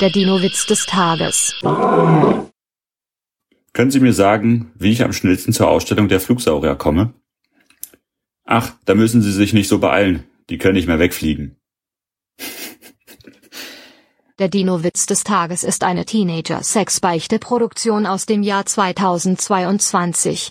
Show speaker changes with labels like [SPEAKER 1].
[SPEAKER 1] Der Dino-Witz des Tages.
[SPEAKER 2] Können Sie mir sagen, wie ich am schnellsten zur Ausstellung der Flugsaurier komme? Ach, da müssen Sie sich nicht so beeilen. Die können nicht mehr wegfliegen.
[SPEAKER 1] Der Dino-Witz des Tages ist eine Teenager-Sex-Beichte-Produktion aus dem Jahr 2022.